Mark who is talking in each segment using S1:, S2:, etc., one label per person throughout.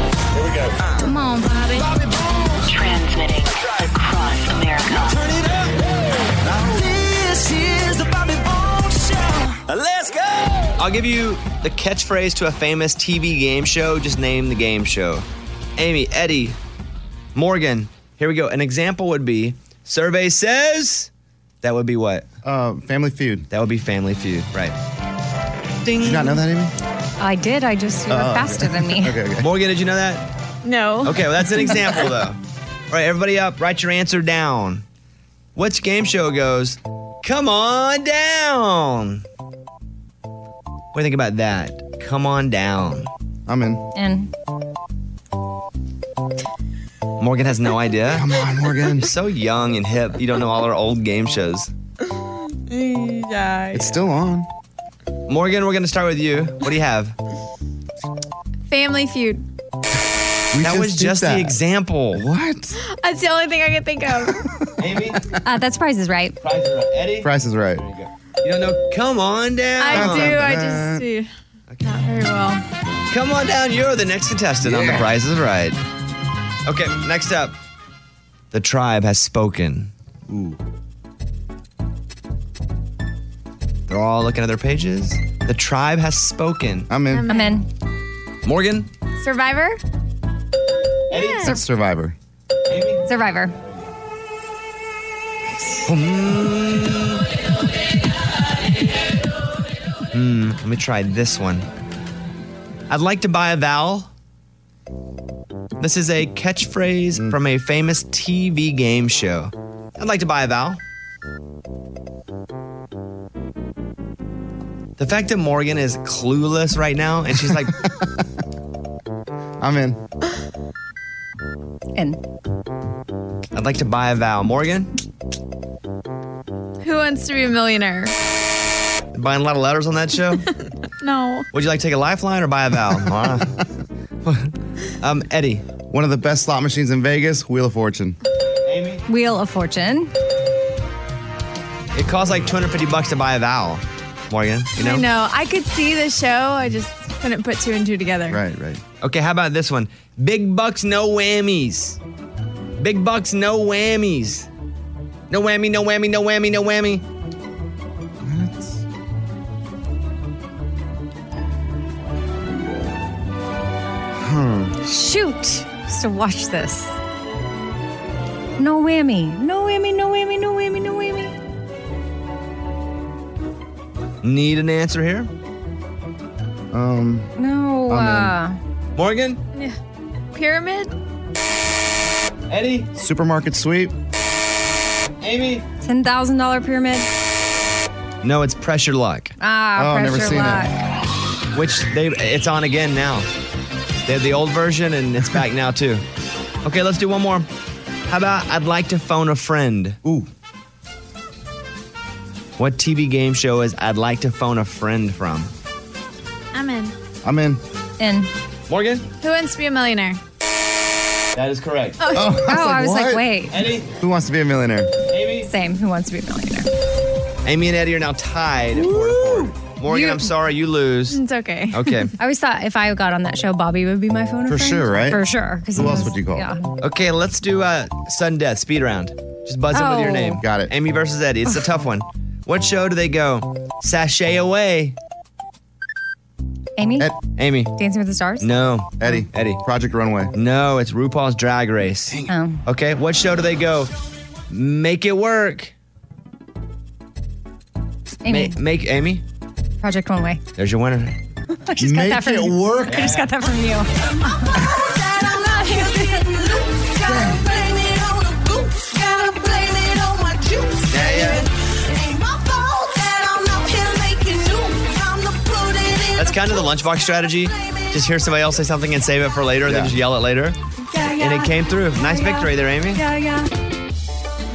S1: Here we go.
S2: Come on, Bobby.
S3: Transmitting across America.
S4: This is the Bobby Bones Show. Let's go.
S5: I'll give you the catchphrase to a famous TV game show. Just name the game show. Amy, Eddie, Morgan. Here we go. An example would be survey says that would be what?
S6: Uh, Family Feud.
S5: That would be Family Feud, right? Ding.
S6: Did you not know that, Amy?
S2: I did. I just, you were
S6: Oh, okay.
S2: faster than me.
S6: Okay, okay.
S5: Morgan, did you know that?
S7: No.
S2: Oh.
S5: Okay, well that's an example though. All right, everybody up. Write your answer down. Which game show goes? Come on down. What do you think about that? Come on down.
S6: I'm in.
S2: And
S5: Morgan has no idea.
S6: Come on, Morgan.
S5: so young and hip. You don't know all our old game shows.
S7: Yeah.
S6: It's still on.
S5: Morgan, we're going to start with you. What do you have?
S7: Family Feud.
S6: We
S5: That was
S6: did
S5: just
S6: that.
S5: the example.
S6: What?
S7: That's the only thing I can think of.
S5: Amy,
S2: uh, that surprise is right.
S5: Eddie,
S6: Price is right.
S5: you don't know. Come on down.
S7: I do. I just do. Not very well.
S5: Come on down. You're the next contestant on The
S6: Yeah.
S5: Prize is Right. Okay, next up. The tribe has spoken. Ooh. They're all looking at their pages. The tribe has spoken.
S6: I'm in.
S2: I'm in.
S5: Morgan,
S7: Survivor?
S6: That's Survivor.
S2: Survivor.
S5: Let me try this one. I'd like to buy a vowel. This is a catchphrase from a famous TV game show. I'd like to buy a vowel. The fact that Morgan is clueless right now and she's like,
S6: I'm in.
S2: In.
S5: I'd like to buy a vowel. Morgan,
S7: Who wants to be a millionaire?
S5: buying a lot of letters on that show.
S7: No.
S5: Would you like to take a lifeline or buy a vowel? Wow. um, Eddie.
S6: One of the best slot machines in Vegas, Wheel of Fortune.
S2: Wheel of Fortune.
S5: It costs like 250 bucks to buy a vowel. Morgan, you know?
S7: I know. I could see the show. I just couldn't put two and two together.
S6: Right, right.
S5: Okay, how about this one? Big bucks, no whammies. Big bucks, no whammies. No whammy, no whammy, no whammy, no whammy.
S2: Shoot. Just to watch this. No whammy. No whammy. No whammy. No whammy. No whammy.
S5: Need an answer here?
S6: Um,
S2: No. Uh,
S6: I'm
S5: Morgan?
S7: Pyramid?
S5: Eddie?
S6: supermarket sweep.
S5: Amy?
S2: Ten thousand dollar pyramid.
S5: No, it's pressure luck.
S2: Ah,
S6: Oh,
S2: pressure
S6: never seen
S2: luck.
S6: it.
S5: Which they it's on again now. They have the old version and it's back now too. Okay, let's do one more. How about I'd like to phone a friend?
S6: Ooh,
S5: What TV game show is I'd like to phone a friend from?
S7: I'm in.
S6: I'm in.
S2: In.
S5: Morgan?
S7: Who wants to be a millionaire?
S5: That is correct.
S6: Oh,
S2: Oh, I was like,
S6: what?
S2: wait.
S5: Eddie?
S6: Who wants to be a millionaire?
S2: Same. Who wants to be a millionaire?
S5: Amy and Eddie are now tied at four to four. Morgan,
S2: You-
S5: I'm sorry, you lose.
S7: It's okay.
S5: Okay.
S2: I always thought if I got on that show, Bobby would be my phone. a
S6: For
S2: friend.
S6: sure, right?
S2: For sure. 'cause
S6: Who
S2: he
S6: else
S2: was-
S6: would you call?
S2: Yeah.
S5: Okay, let's do uh, sudden death speed round. Just buzz in with your
S2: Oh.
S5: name.
S6: Got it.
S5: Amy versus Eddie. It's a tough one. What show do they go? Sashay away.
S2: Amy.
S6: Ed-
S5: Amy.
S2: Dancing with the Stars.
S5: No.
S6: Eddie.
S5: Eddie.
S6: Project Runway.
S5: No, it's RuPaul's Drag Race.
S2: Oh.
S5: Okay, what show do they go? Make it work. Ma-
S2: Amy.
S5: make Amy.
S2: Project One Way.
S5: There's your winner.
S2: I just got that from you.
S6: work.
S2: I just got that from you.
S5: That's kind of the lunchbox strategy. Just hear somebody else say something and save it for later, and then
S6: Yeah.
S5: just yell it later. And it came through. Nice victory there, Amy.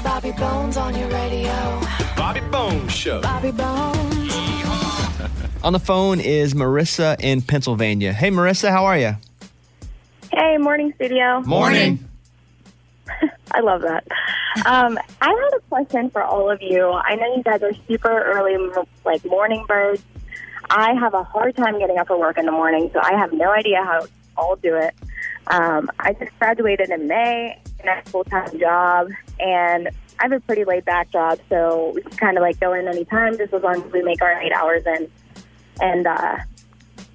S8: Bobby Bones on your radio.
S1: Bobby Bones Show.
S8: Bobby Bones.
S5: On the phone is Marissa in Pennsylvania. Hey, Marissa, how are you?
S9: Hey, morning studio.
S5: Morning.
S9: I love that. Um, I had a question for all of you. I know you guys are super early, m- like morning birds. I have a hard time getting up for work in the morning, so I have no idea how I'll do it. Um, I just graduated in May and I have a full time job, and I have a pretty laid back job, so we can kind of like go in anytime just as long as we make our eight hours in. And uh,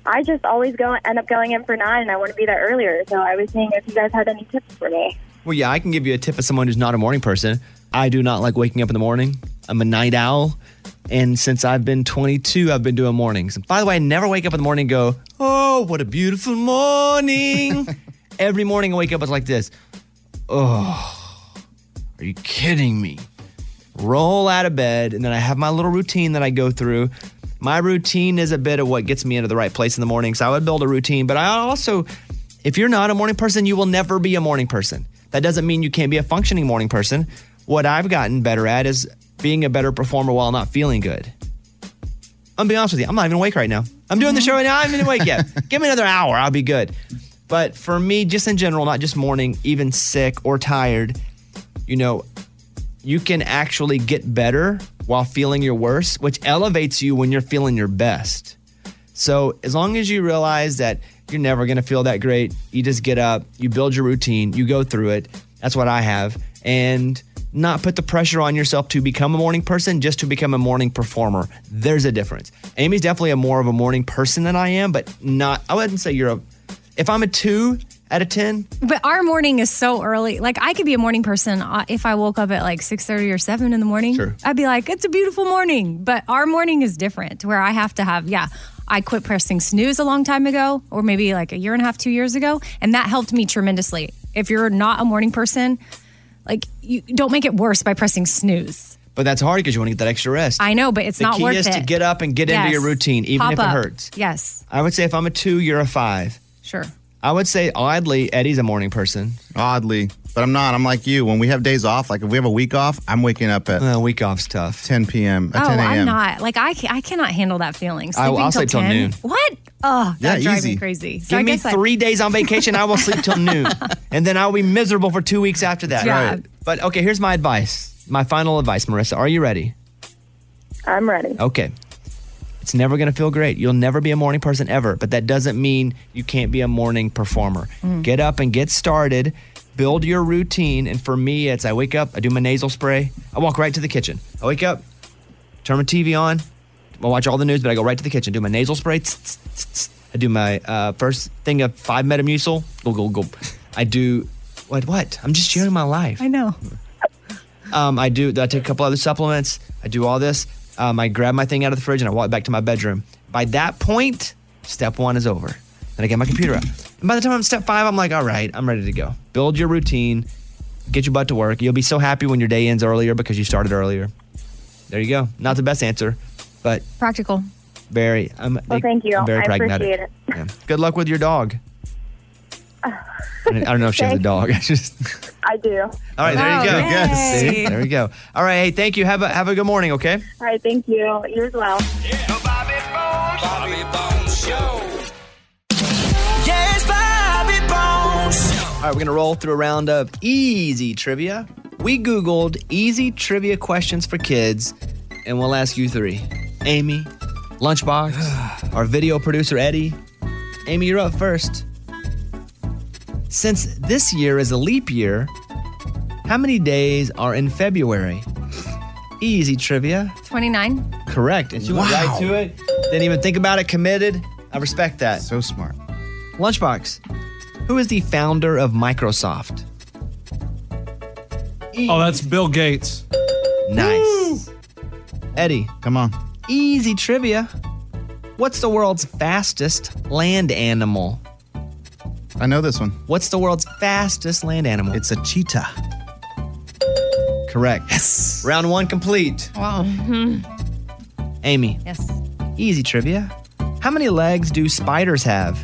S9: I just always go end up going in for nine, and I want to be there earlier. So I was seeing if you guys had any tips for me.
S5: Well, yeah, I can give you a tip as someone who's not a morning person. I do not like waking up in the morning. I'm a night owl. And since I've been 22, I've been doing mornings. And by the way, I never wake up in the morning and go, oh, what a beautiful morning. Every morning I wake up, it's like this. Oh, are you kidding me? Roll out of bed, and then I have my little routine that I go through. My routine is a bit of what gets me into the right place in the morning. So I would build a routine, but I also if you're not a morning person, you will never be a morning person. That doesn't mean you can't be a functioning morning person. What I've gotten better at is being a better performer while not feeling good. I'm being honest with you, I'm not even awake right now. I'm doing the show right now, I'm not even awake yet. Give me another hour, I'll be good. But for me, just in general, not just morning, even sick or tired, you know, you can actually get better while feeling your worst, which elevates you when you're feeling your best. So as long as you realize that you're never going to feel that great, you just get up, you build your routine, you go through it. That's what I have. And not put the pressure on yourself to become a morning person, just to become a morning performer. There's a difference. Amy's definitely a more of a morning person than I am, but not, I wouldn't say you're a, if I'm a two out of 10,
S2: But our morning is so early. Like I could be a morning person uh, if I woke up at like six thirty or seven in the morning.
S5: Sure.
S2: I'd be like, it's a beautiful morning. But our morning is different, where I have to have yeah. I quit pressing snooze a long time ago, or maybe like a year and a half, two years ago, and that helped me tremendously. If you're not a morning person, like you don't make it worse by pressing snooze.
S5: but that's hard because you want to get that extra rest.
S2: I know, but it's
S5: the
S2: not
S5: key
S2: worth
S5: is
S2: it.
S5: to get up and get into
S2: Yes.
S5: your routine, even
S2: Pop
S5: if
S2: up.
S5: it hurts.
S2: Yes,
S5: I would say if I'm a two, you're a five.
S2: sure.
S5: I would say oddly, Eddie's a morning person.
S6: Oddly, but I'm not. I'm like you. When we have days off, like if we have a week off, I'm waking up at
S5: Uh, week off's tough.
S6: 10 p.m. At
S2: Oh,
S6: 10 a.m.
S2: I'm not like I. Ca- I cannot handle that feeling.
S5: I-
S2: Sleeping
S5: I'll sleep till
S2: 10?
S5: noon.
S2: What? Oh, that
S6: Yeah,
S2: drives me
S6: easy.
S2: crazy. So
S5: Give
S2: I
S5: me
S2: guess I-
S5: three days on vacation. I will sleep till noon, and then I'll be miserable for two weeks after that.
S2: Yeah. Right.
S5: But okay, here's my advice. My final advice, Marissa. Are you ready?
S9: I'm ready.
S5: Okay. It's never going to feel great. You'll never be a morning person ever, but that doesn't mean you can't be a morning performer. Get up and get started. Build your routine. And for me, it's I wake up, I do my nasal spray, I walk right to the kitchen. I wake up, turn my TV on, I watch all the news, but I go right to the kitchen, do my nasal spray. tss, tss, tss, tss. I do my uh, first thing of five Metamucil. Go, go, go. I do what? What? I'm just sharing my life.
S2: I know.
S5: Um, I do. I take a couple other supplements. I do all this. Um, I grab my thing out of the fridge and I walk back to my bedroom. By that point, step one is over. Then I get my computer out. And by the time I'm step five, I'm like, all right, I'm ready to go. Build your routine. Get your butt to work. You'll be so happy when your day ends earlier because you started earlier. There you go. Not the best answer, but
S2: Practical.
S5: very. I'm,
S9: Well, thank you.
S5: I'm very
S9: I
S5: pragmatic.
S9: appreciate it.
S5: Yeah. Good luck with your dog. I don't I don't know if she has a
S9: Thanks.
S5: dog. I just.
S9: I do. All
S5: All right, there you go.
S2: Oh, Yes. yay.
S5: See? There we go. All right, hey, thank you. Have a have a good morning, okay?
S9: right, thank you. You as well.
S4: The Bobby Bones. Bobby Bones Show. Yes, Bobby Bones.
S5: All right, we're gonna roll through a round of easy trivia. We Googled easy trivia questions for kids, and we'll ask you three. Amy, Lunchbox, our video producer Eddie. Amy, you're up first. Since this year is a leap year, how many days are in February? Easy trivia.
S2: 29.
S5: Correct. And she went
S6: Wow.
S5: right to it. Didn't even think about it. Committed. I respect that.
S6: So smart.
S5: Lunchbox, who is the founder of Microsoft? E-
S1: Oh, that's Bill Gates.
S5: Nice. Eddie,
S6: Come on.
S5: easy trivia. What's the world's fastest land animal?
S6: I know this one.
S5: What's the world's fastest land animal?
S6: It's a cheetah.
S5: correct. Yes. Round one complete.
S2: Wow. Hmm.
S5: Amy,
S2: Yes.
S5: easy trivia. How many legs do spiders have?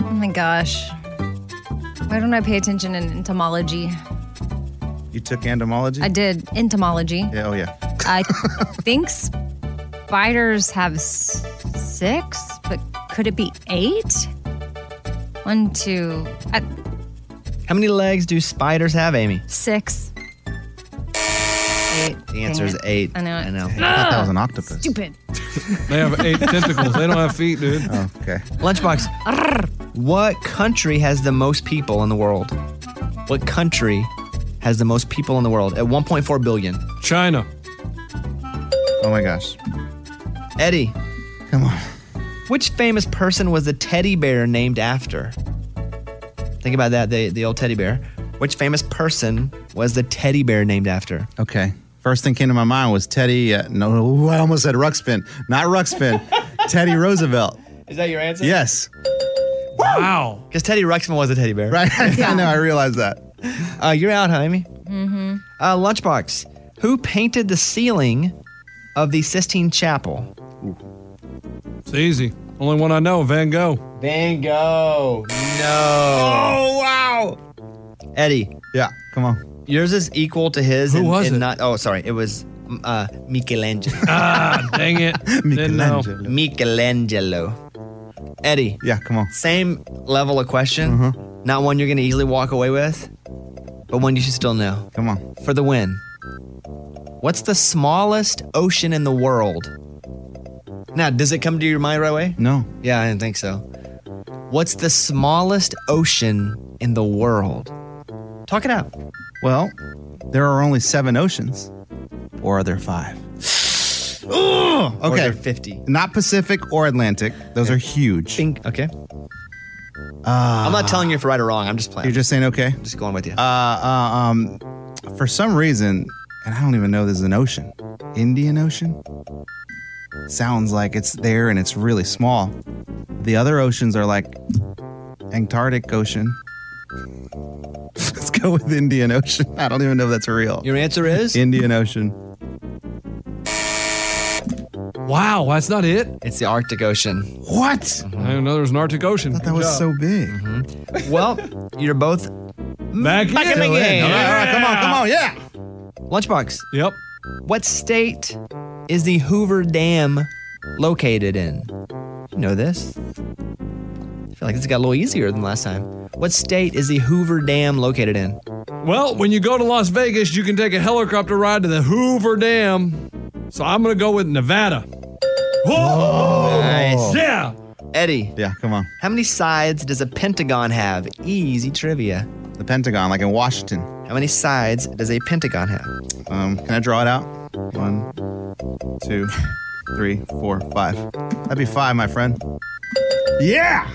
S2: Oh my gosh. Why don't I pay attention in entomology?
S6: You took entomology?
S2: I did entomology.
S6: yeah, oh yeah.
S2: I think spiders have s- six, but could it be eight? One, two, uh,
S5: How many legs do spiders have, Amy?
S2: six. Eight.
S5: The answer
S2: Dang
S5: is
S2: it.
S5: eight.
S2: I know it.
S5: I know.
S6: I thought that was an octopus.
S2: Ah, Stupid.
S6: Oh.
S1: They have eight tentacles. They don't have feet, dude.
S6: Okay.
S5: Lunchbox. What country has the most people in the world? What country has the most people in the world at 1.4 billion?
S1: China.
S5: Oh my gosh. Eddie. Come on. Which famous person was the teddy bear named after? Think about that, the, the old teddy bear. Which famous person was the teddy bear named after?
S6: Okay. First thing came to my mind was Teddy. Uh, no, I almost said Ruxpin. Not Ruxpin. Teddy Roosevelt.
S5: Is that your answer?
S6: Yes.
S1: Wow.
S5: Because Teddy Ruxpin was a teddy bear.
S6: Right. I know. I realized that.
S5: Uh, you're out, huh, Amy? Mm-hmm. Uh, Lunchbox. Who painted the ceiling of the Sistine Chapel?
S1: It's easy. Only one I know, Van Gogh.
S5: Van Gogh. No.
S6: Oh wow.
S5: Eddie,
S6: Yeah. Come on.
S5: yours is equal to his.
S1: Who
S5: and,
S1: was
S5: and
S1: it?
S5: Not, oh, sorry. It was mm, uh, Michelangelo.
S1: Ah, dang it. Didn't know.
S6: Michelangelo.
S5: Michelangelo. Eddie,
S6: Yeah. Come on.
S5: same level of question. Not one you're going to easily walk away with, but one you should still know.
S6: Come on.
S5: For the win. What's the smallest ocean in the world? Now, does it come to your mind right away?
S6: No.
S5: Yeah, I didn't think so. What's the smallest ocean in the world? Talk it out.
S6: Well, there are only seven oceans, or are there five? Ooh,
S5: Or
S6: okay.
S5: they're 50.
S6: Not Pacific or Atlantic. Those are huge.
S5: Think- Okay. I'm not telling you if right or wrong. I'm just playing.
S6: Ah. You're just saying okay.
S5: I'm just going with you.
S6: Uh, uh, um, for some reason, and I don't even know there's an ocean. Indian Ocean? Sounds like it's there and it's really small. The other oceans are like Antarctic Ocean. Let's go with Indian Ocean. I don't even know if that's real.
S5: Your answer is?
S6: Indian Ocean.
S1: Wow, that's not it.
S5: It's the Arctic Ocean.
S6: What?
S1: I didn't know there was an Arctic Ocean.
S6: That was so big.
S5: Well, you're both
S1: back,
S5: back in the
S1: in.
S5: game.
S1: All right, all right,
S6: Come on, come on, yeah.
S5: Lunchbox,
S1: Yep.
S5: what state is the Hoover Dam located in? You know this. I feel like this got a little easier than last time. What state is the Hoover Dam located in?
S1: Well, when you go to Las Vegas, you can take a helicopter ride to the Hoover Dam. So I'm going to go with Nevada.
S6: Oh.
S1: Whoa!
S5: Nice.
S1: Yeah.
S5: Eddie,
S6: Yeah, come on.
S5: how many sides does a pentagon have? Easy trivia.
S6: The Pentagon, like in Washington.
S5: How many sides does a pentagon have?
S6: Um, can I draw it out? One, two, three, four, five. That'd be five, my friend. Yeah.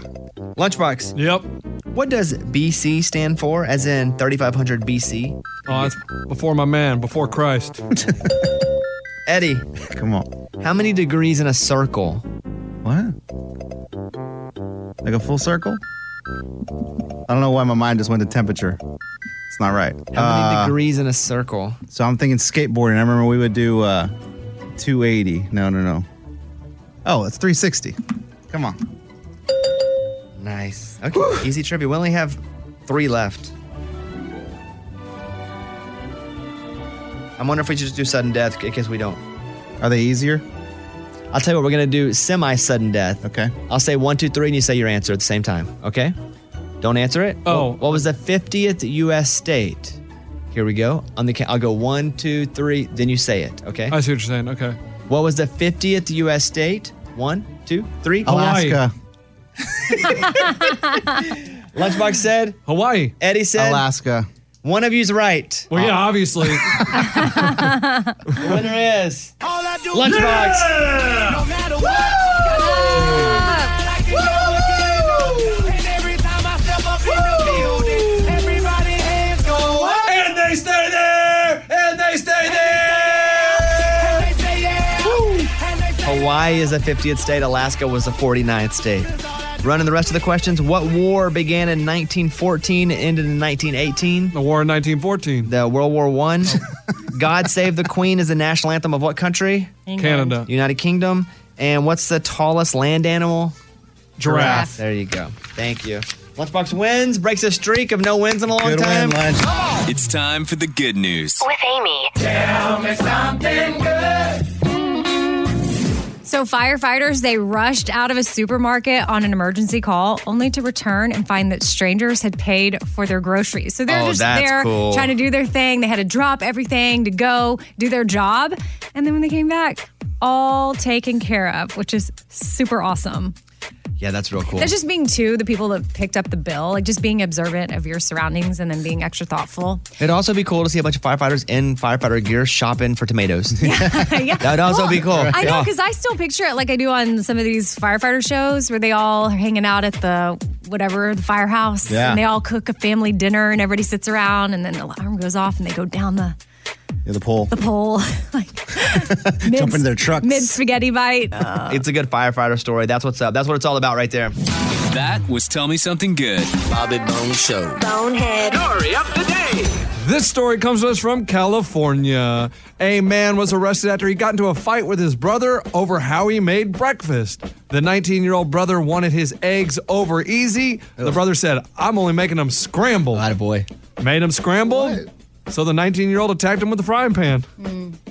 S5: Lunchbox,
S1: Yep.
S5: what does BC stand for, as in 3500 BC?
S1: Oh, that's before my man, before Christ.
S5: Eddie,
S6: Come on.
S5: how many degrees in a circle?
S6: What? Like a full circle? I don't know why my mind just went to temperature. It's not right.
S5: How many
S6: Uh,
S5: degrees in a circle?
S6: So I'm thinking skateboarding. I remember we would do uh, 280. No, no, no. Oh, it's 360. Come on.
S5: Nice. Okay, easy trivia. We only have three left. I wonder if we should just do sudden death in case we don't.
S6: Are they easier?
S5: I'll tell you what, we're going to do semi sudden death.
S6: Okay.
S5: I'll say one, two, three, and you say your answer at the same time. Okay? Don't answer it.
S1: Oh.
S5: What was the 50th U.S. state? Here we go. On the ca- I'll go one, two, three, then you say it. Okay?
S1: I see what you're saying. Okay.
S5: What was the 50th U.S. state? One, two, three.
S1: Hawaii.
S6: Alaska.
S5: Lunchbox said.
S1: Hawaii.
S5: Eddie said.
S6: Alaska.
S5: One of you's right.
S1: Well, yeah, obviously.
S5: The winner is
S4: All I do
S5: Lunchbox.
S4: no matter what. Like it all again. And every time I step up in the building, everybody hands go up.
S1: and they stay there. And they stay there.
S4: And they say yeah. And they say
S5: Hawaii is the 50th state. Alaska was the 49th state. Running the rest of the questions. What war began in 1914 and ended in 1918?
S1: The war in 1914.
S5: The World War One.
S2: Oh.
S5: God Save the Queen is the national anthem of what country?
S1: Canada.
S5: United Kingdom. And what's the tallest land animal?
S1: Giraffe.
S5: There you go. Thank you. Lunchbox wins, breaks a streak of no wins in a long time.
S6: lunch.
S10: It's time for the good news.
S3: With Amy.
S2: So firefighters they rushed out of a supermarket on an emergency call, only to return and find that strangers had paid for their groceries. So they're
S5: Oh,
S2: just
S5: that's
S2: there
S5: cool.
S2: trying to do their thing. They had to drop everything to go do their job, and then when they came back, all taken care of, which is super awesome.
S5: Yeah, that's real cool.
S2: That's just being two, the people that picked up the bill, like just being observant of your surroundings and then being extra thoughtful.
S5: It'd also be cool to see a bunch of firefighters in firefighter gear shopping for tomatoes.
S2: yeah.
S5: That would also be cool.
S2: I know,
S5: Yeah.
S2: because I still picture it like I do on some of these firefighter shows where they all are hanging out at the whatever, the firehouse,
S6: Yeah.
S2: and they all cook a family dinner and everybody sits around and then the alarm goes off and they go down the,
S6: Yeah, the pole.
S2: the pole. like, mid,
S5: Jump into their trucks.
S2: Mid spaghetti bite. Oh,
S5: It's a good firefighter story. That's what's up. That's what it's all about right there.
S10: That was Tell Me Something Good. Bobby Bone Show.
S3: Bonehead. Story of the day.
S1: This story comes to us from California. A man was arrested after he got into a fight with his brother over how he made breakfast. The 19 year old brother wanted his eggs over easy. The brother said, I'm only making them scramble. Not
S5: boy.
S1: Made him scramble. So the 19 year old attacked him with a frying pan.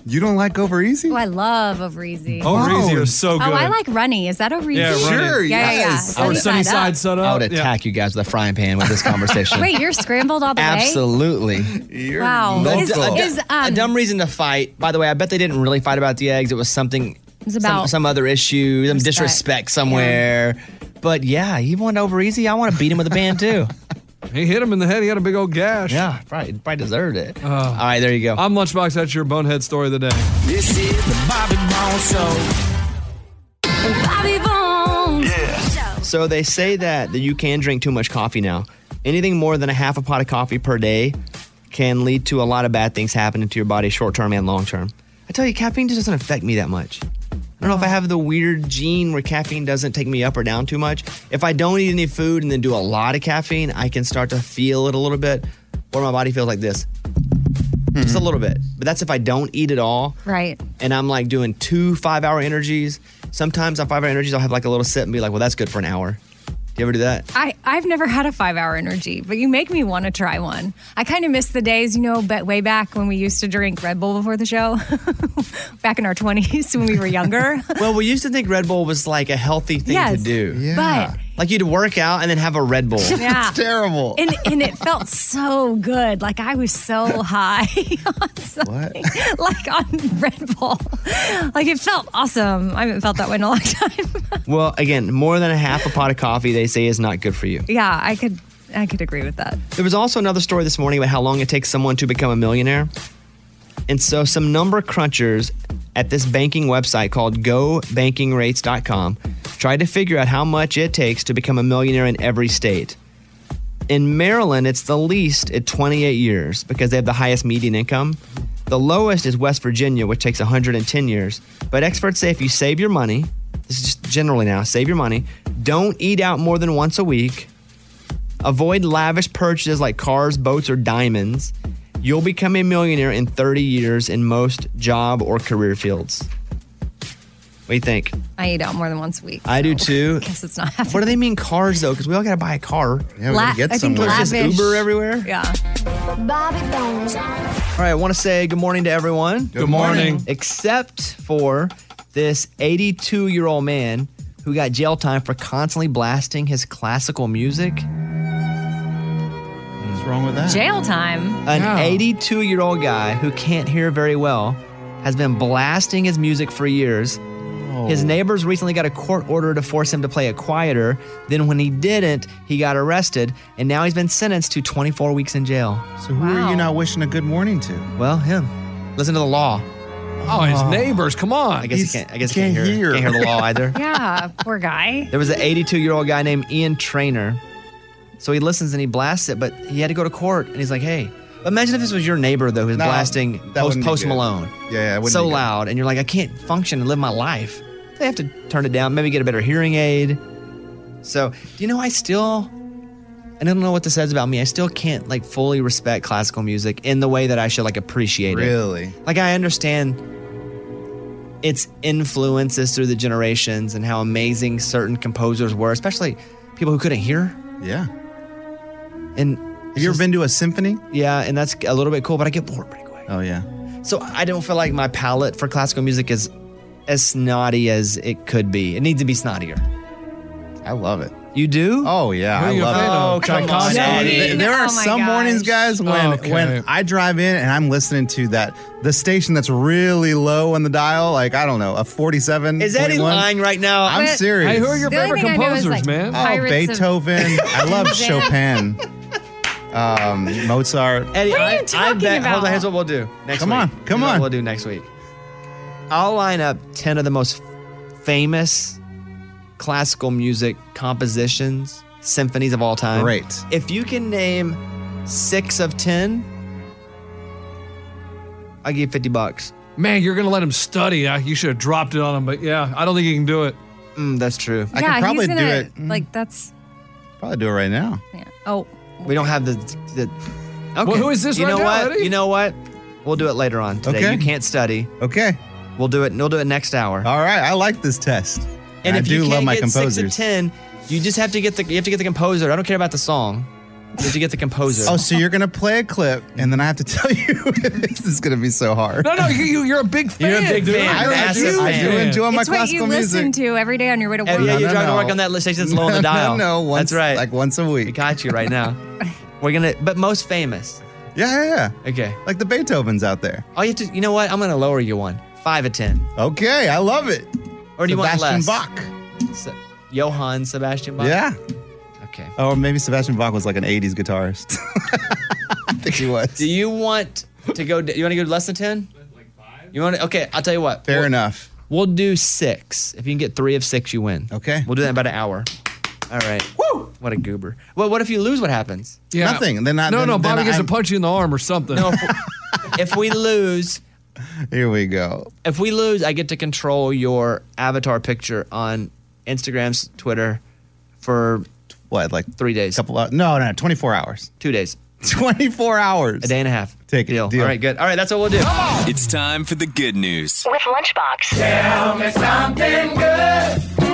S1: You don't like over easy?
S2: Oh, I love over easy.
S5: Oh,
S1: Over easy are so good.
S2: Oh, I like runny. Is that over easy?
S1: Yeah, runny. Sure,
S2: Yeah, yeah, yeah.
S1: yes. Our sunny
S2: up.
S1: side set up.
S5: I would attack you guys with a frying pan with this conversation.
S2: Wait, you're scrambled all the way?
S5: Absolutely.
S2: Wow.
S5: No
S2: Is-
S5: dumb.
S2: is,
S5: a
S2: um,
S5: dumb reason to fight. By the way, I bet they didn't really fight about the eggs. It was something
S2: It's about
S5: some, some other issue, some
S2: respect.
S5: disrespect somewhere. But yeah, he went over easy. I want to beat him with a pan too.
S1: he hit him in the head. He had a big old gash.
S5: Yeah, probably, probably deserved it. All right, there you go.
S1: I'm Lunchbox. That's your bonehead story of the day.
S3: This is the Bobby Bone Show.
S2: Bobby Bones.
S5: So they say that, that you can drink too much coffee now. Anything more than a half a pot of coffee per day can lead to a lot of bad things happening to your body, short term and long term. I tell you, caffeine just doesn't affect me that much. I don't know if I have the weird gene where caffeine doesn't take me up or down too much. If I don't eat any food and then do a lot of caffeine, I can start to feel it a little bit, or my body feels like this. Just a little bit. But that's if I don't eat at all
S2: Right.
S5: and I'm like doing two five hour energies. Sometimes on five hour energies, I'll have like a little sip and be like, well, that's good for an hour. Do you ever do that?
S2: I, I've never had a five hour energy, but you make me want to try one. I kind of miss the days, you know, but way back when we used to drink Red Bull before the show, back in our 20s when we were younger.
S5: well, we used to think Red Bull was like a healthy thing
S2: Yes,
S5: to do.
S2: but-
S5: like you'd work out and then have a Red Bull.
S2: Yeah. It's
S5: terrible.
S2: And, and it felt so good. Like I was so high on something, like on Red Bull. Like it felt awesome. I haven't felt that way in a long time.
S5: well, again, more than a half a pot of coffee they say is not good for you.
S2: Yeah, I could, I could agree with that.
S5: There was also another story this morning about how long it takes someone to become a millionaire. And so some number crunchers at this banking website called gobankingrates.com tried to figure out how much it takes to become a millionaire in every state. In Maryland, it's the least at 28 years because they have the highest median income. The lowest is West Virginia, which takes 110 years. But experts say if you save your money, this is just generally now, save your money, don't eat out more than once a week, avoid lavish purchases like cars, boats, or diamonds, you'll become a millionaire in 30 years in most job or career fields. What do you think?
S2: I eat out more than once a week.
S5: I do too.
S2: Guess it's not happening.
S5: What do they mean cars though? Because we all gotta buy a car.
S2: we La- gotta get I think somewhere.
S5: There's just
S2: lavish-
S5: Uber everywhere.
S2: Yeah.
S8: Bobby Bones.
S5: All right, I want to say good morning to everyone. Good,
S1: morning.
S5: Except for this 82 year old man who got jail time for constantly blasting his classical music. What's
S6: wrong with that?
S2: Jail time.
S5: An 82 year old guy who can't hear very well has been blasting his music for years. His neighbors recently got a court order to force him to play it quieter. Then, when he didn't, he got arrested, and now he's been sentenced to 24 weeks in jail.
S6: So, who are you not wishing a good morning to?
S5: Well, him. Listen to the law.
S1: Oh, his neighbors. Come on.
S5: I guess he can't. I guess he can't, hear, Can't hear the law either.
S2: Yeah, poor guy.
S5: There was an 82 year old guy named Ian Trainer. So he listens and he blasts it, but he had to go to court, and he's like, "Hey." Imagine if this was your neighbor though, who's
S6: No,
S5: blasting
S6: that
S5: Post,
S6: wouldn't be
S5: post
S6: good.
S5: Malone.
S6: Yeah, yeah.
S5: so loud, and you're like, I can't function and live my life. They have to turn it down, maybe get a better hearing aid. So, do you know I still, and I don't know what this says about me. I still can't like fully respect classical music in the way that I should like appreciate it.
S6: Really?
S5: Like I understand its influences through the generations and how amazing certain composers were, especially people who couldn't hear.
S6: Yeah.
S5: And
S6: have you ever been to a symphony?
S5: Yeah, and that's a little bit cool, but I get bored pretty quick.
S6: Oh yeah.
S5: So I don't feel like my palate for classical music is as snotty as it could be. It needs to be snottier.
S6: I love it.
S5: You do?
S6: Oh yeah,
S5: Who are
S6: I
S5: you a
S6: love
S5: fan of?
S6: it.
S5: Oh, come on,
S6: Constantly.
S5: Eddie.
S6: There are
S5: Oh, my
S6: some
S5: gosh.
S6: mornings, guys, when
S5: Okay.
S6: when I drive in and I'm listening to that the station that's really low on the dial, like I don't know, a 47.
S5: Is Eddie
S6: 41.
S5: lying right now?
S6: I'm
S5: But-
S6: serious.
S5: Hey, who are your The only favorite thing I know is, composers, like, man?
S6: Oh,
S5: Pirates of-
S6: Beethoven. I love
S5: Jazz.
S6: Chopin. Um, Mozart.
S5: Eddie, I, I bet. Hold on, here's what we'll do next
S6: Come
S5: week.
S6: on,
S5: Here's
S6: come
S5: what
S6: on.
S5: We'll do next week. I'll line up 10 of the most famous classical music compositions, symphonies of all time.
S6: Great.
S5: If you can name six of 10, I'll give you 50 bucks.
S1: Man, you're gonna let him study. Uh, you should have dropped it on him, but yeah, I don't think he can do it.
S5: Mm, that's true.
S2: yeah, he's gonna,
S6: Mm.
S2: Like that's
S6: Probably do it right now.
S2: yeah. Oh,
S5: We don't have the. the okay.
S1: Well, who is this
S5: You
S1: right
S5: know
S1: now,
S5: what?
S1: Eddie?
S5: You know what? We'll do it later on today.
S6: Okay.
S5: You can't study.
S6: Okay.
S5: We'll do it. We'll do it next hour.
S6: All right, I like this test.
S5: And
S6: I
S5: if
S6: do
S5: you can't
S6: love my
S5: get
S6: composers.
S5: six of ten, you just have to get the you have to get the composer. I don't care about the song. You have to get the composer.
S6: Oh, so you're gonna play a clip, and then I have to tell you this is gonna be so hard.
S1: No, no, you, you you're a big fan.
S6: You're a big
S1: dude.
S6: fan.
S1: You're a
S6: Massive
S1: huge
S6: fan. I do enjoy
S2: it's
S6: my
S2: what you
S6: classical
S2: listen
S6: music.
S2: to every day on your way to
S5: Yeah,
S2: work.
S5: yeah, you're trying to work on that station that's low on the
S6: No, no,
S5: dial.
S6: no, once-
S5: that's right.
S6: like once a week.
S5: We got you right now. We're gonna, but most famous.
S6: Yeah, yeah,
S5: yeah. Okay.
S6: Like the Beethovens out there.
S5: Oh, you have to. You know what? I'm gonna lower you one. Five of ten.
S6: Okay, I love it.
S5: Or do you want
S6: Sebastian
S5: less?
S6: Bach.
S5: Se- Johann Sebastian Bach.
S6: Yeah.
S5: Okay.
S6: Oh, maybe Sebastian Bach was like an '80s guitarist. I think he was.
S5: Do you want to go? You want to go less than ten? Like five. You want? To, okay. I'll tell you what.
S6: Fair enough.
S5: We'll do six. If you can get three of six, you win.
S6: Okay.
S5: We'll do that in about an hour. All right. Woo! What a goober. Well, what if you lose? What happens?
S1: Yeah. No, no, Bobby gets
S5: a
S1: to punch you in the arm or something.
S5: No, if we lose,
S6: Here we go.
S5: if we lose, I get to control your avatar picture on Instagram's Twitter for
S6: what, like
S5: three days?
S6: Couple of, no, no, 24 hours.
S5: Two days.
S6: 24 hours. A day
S5: and a half.
S6: Take it. Deal.
S5: All right, good. All right, that's what we'll do.
S10: It's time for the good news.
S3: With Lunchbox.
S4: Tell me something good.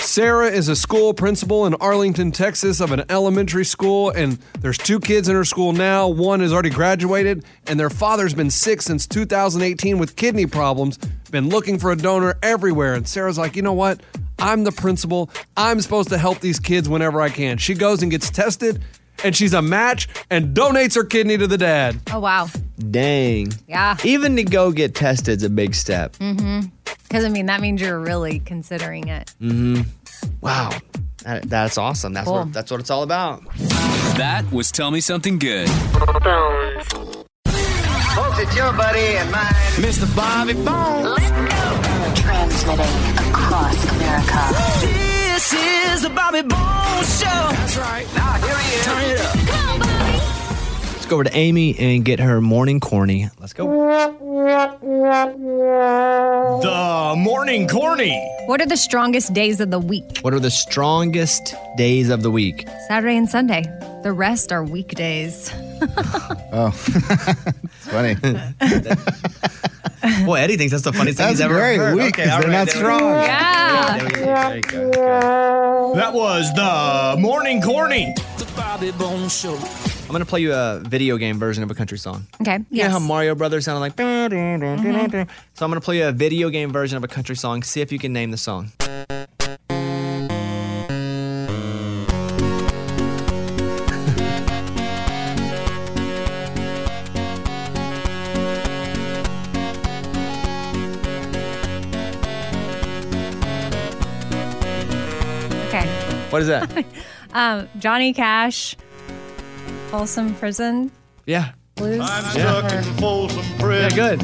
S1: Sarah is a school principal in Arlington, Texas, of an elementary school, and there's two kids in her school now. One has already graduated, and their father's been sick since 2018 with kidney problems. Been looking for a donor everywhere, and Sarah's like, you know what? I'm the principal. I'm supposed to help these kids whenever I can. She goes and gets tested, and she's a match and donates her kidney to the dad.
S2: Oh wow.
S5: Dang.
S2: Yeah.
S5: Even to go get tested's a big step.
S2: Mm-hmm. Because I mean, that means you're really considering it.
S5: Mm-hmm. Wow. That, that's awesome. That's
S2: Cool.
S5: what that's what it's all about.
S10: That was Tell Me Something Good.
S3: Folks, it's your buddy and mine, Mr. Bobby Bones. Transmitting across America. This is the Bobby Bones Show. That's right. Now, here he is. Turn it up.
S5: Let's go over to Amy and get her morning corny. Let's go.
S2: The
S5: morning corny.
S2: What are the strongest days of the week?
S5: What are the strongest days of the week?
S2: Saturday and Sunday. The rest are weekdays.
S6: Oh, it's funny.
S5: well, Eddie thinks that's the funniest thing
S6: That's
S5: he's ever
S6: great.
S5: heard.
S6: Weak, 'cause
S5: all
S6: they're not
S5: there we
S6: strong.
S5: go.
S2: Yeah.
S5: There we go, there we go, okay.
S3: That
S5: was the morning corny.
S3: The Bobby Bones Show.
S5: I'm gonna play you a video game version of a country song.
S2: Okay.
S5: You know how Mario Brothers sounded like. So I'm gonna play you a video game version of a country song. See if you can name the song.
S2: Okay.
S5: What is that?
S2: Um, Johnny Cash, Folsom Prison
S5: yeah.
S2: Blues.
S11: I'm
S5: Yeah.
S11: stuck in Folsom
S5: Yeah,
S11: Prison.
S5: good.